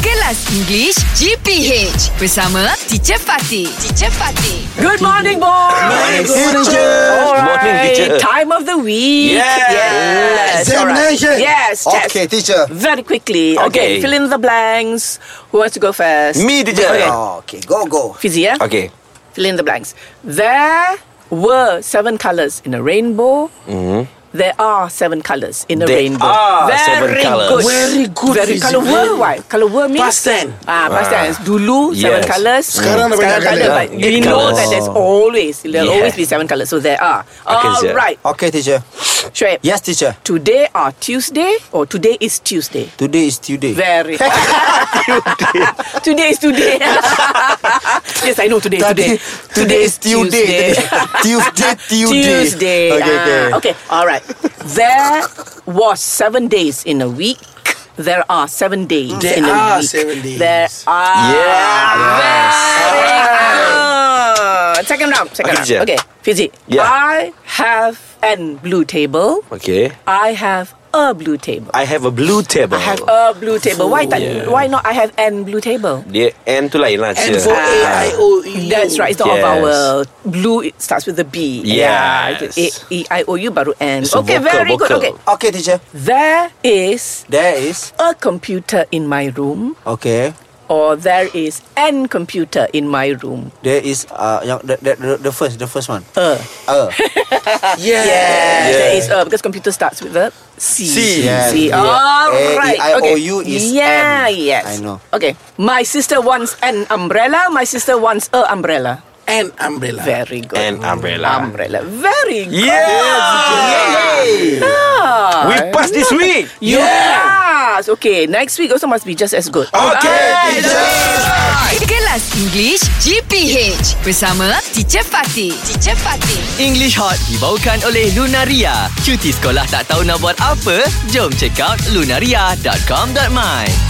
Kelas English GPH bersama Teacher Fatih. Teacher Fatih. Good morning, boys. morning, teacher. All right. Morning, teacher. Time of the week. Yeah. Yes. all right. Examination. Yes. test. Okay, teacher. Very quickly. Okay. Okay. Fill in the blanks. Who wants to go first? Me teacher. Okay. Oh, okay, go go. Fizzy, yeah? Okay. Fill in the blanks. There were seven colors in a rainbow. There are seven colors in a Mm-hmm. There rainbow. are Very seven colours. good. Very good, Very Fizi. kalau word why? Kalau word means Past tense. Ah, past tense. Dulu seven Yes. Mm. colors. Sekarang dah banyak colour, colour. but we Eight know colours. that there's always there'll Yeah. always be seven colors. So there are. Okay, All sir. right. Okay, teacher. Shweb. Yes, teacher. Today are Tuesday or today is Tuesday. Today is Tuesday. Very. today is today. yes, I know today. is Today, Today. today is Tuesday. Tuesday, Tuesday. Tuesday. Okay, okay. Ah, okay. All right. There was seven days in a week. There are seven days There in a are week. seven days. There are. Yeah. Very good. Second round. Second Okay, round. teacher. Okay. Fizi. Yeah. I have an blue table. Okay. I have a blue table. I have a blue table. I have a blue table. Why tak, Yeah. why not I have an blue table? Dia N tu lain lah And teacher. for A I O U. E. That's right. It's not a Yes. vowel. Blue it starts with a B. Yes. Yeah. A E I O U baru N. It's a okay, vocal, very good. vocal. Okay. Okay, teacher. There is There is. a computer in my room Okay. or there is an computer in my room. There is uh yang the, the, the, the first the first one. A. Uh. yeah. Yes, There is a because computer starts with a C. C. Yes, C. yeah. All A, E, right. I, O, okay. U is Yeah, N. yes. I know. Okay. My sister wants an umbrella. My sister wants a umbrella. and umbrella. Very good. And umbrella. umbrella. Very good. Yeah. We pass this week. Yes. Okay. Next week also must be just as good. Okay, teacher. Kelas English GPH bersama Teacher Fatih. Teacher Fatih. English Hot dibawakan oleh Lunaria. Cuti sekolah tak tahu nak buat apa? Jom check out lunaria.com.my.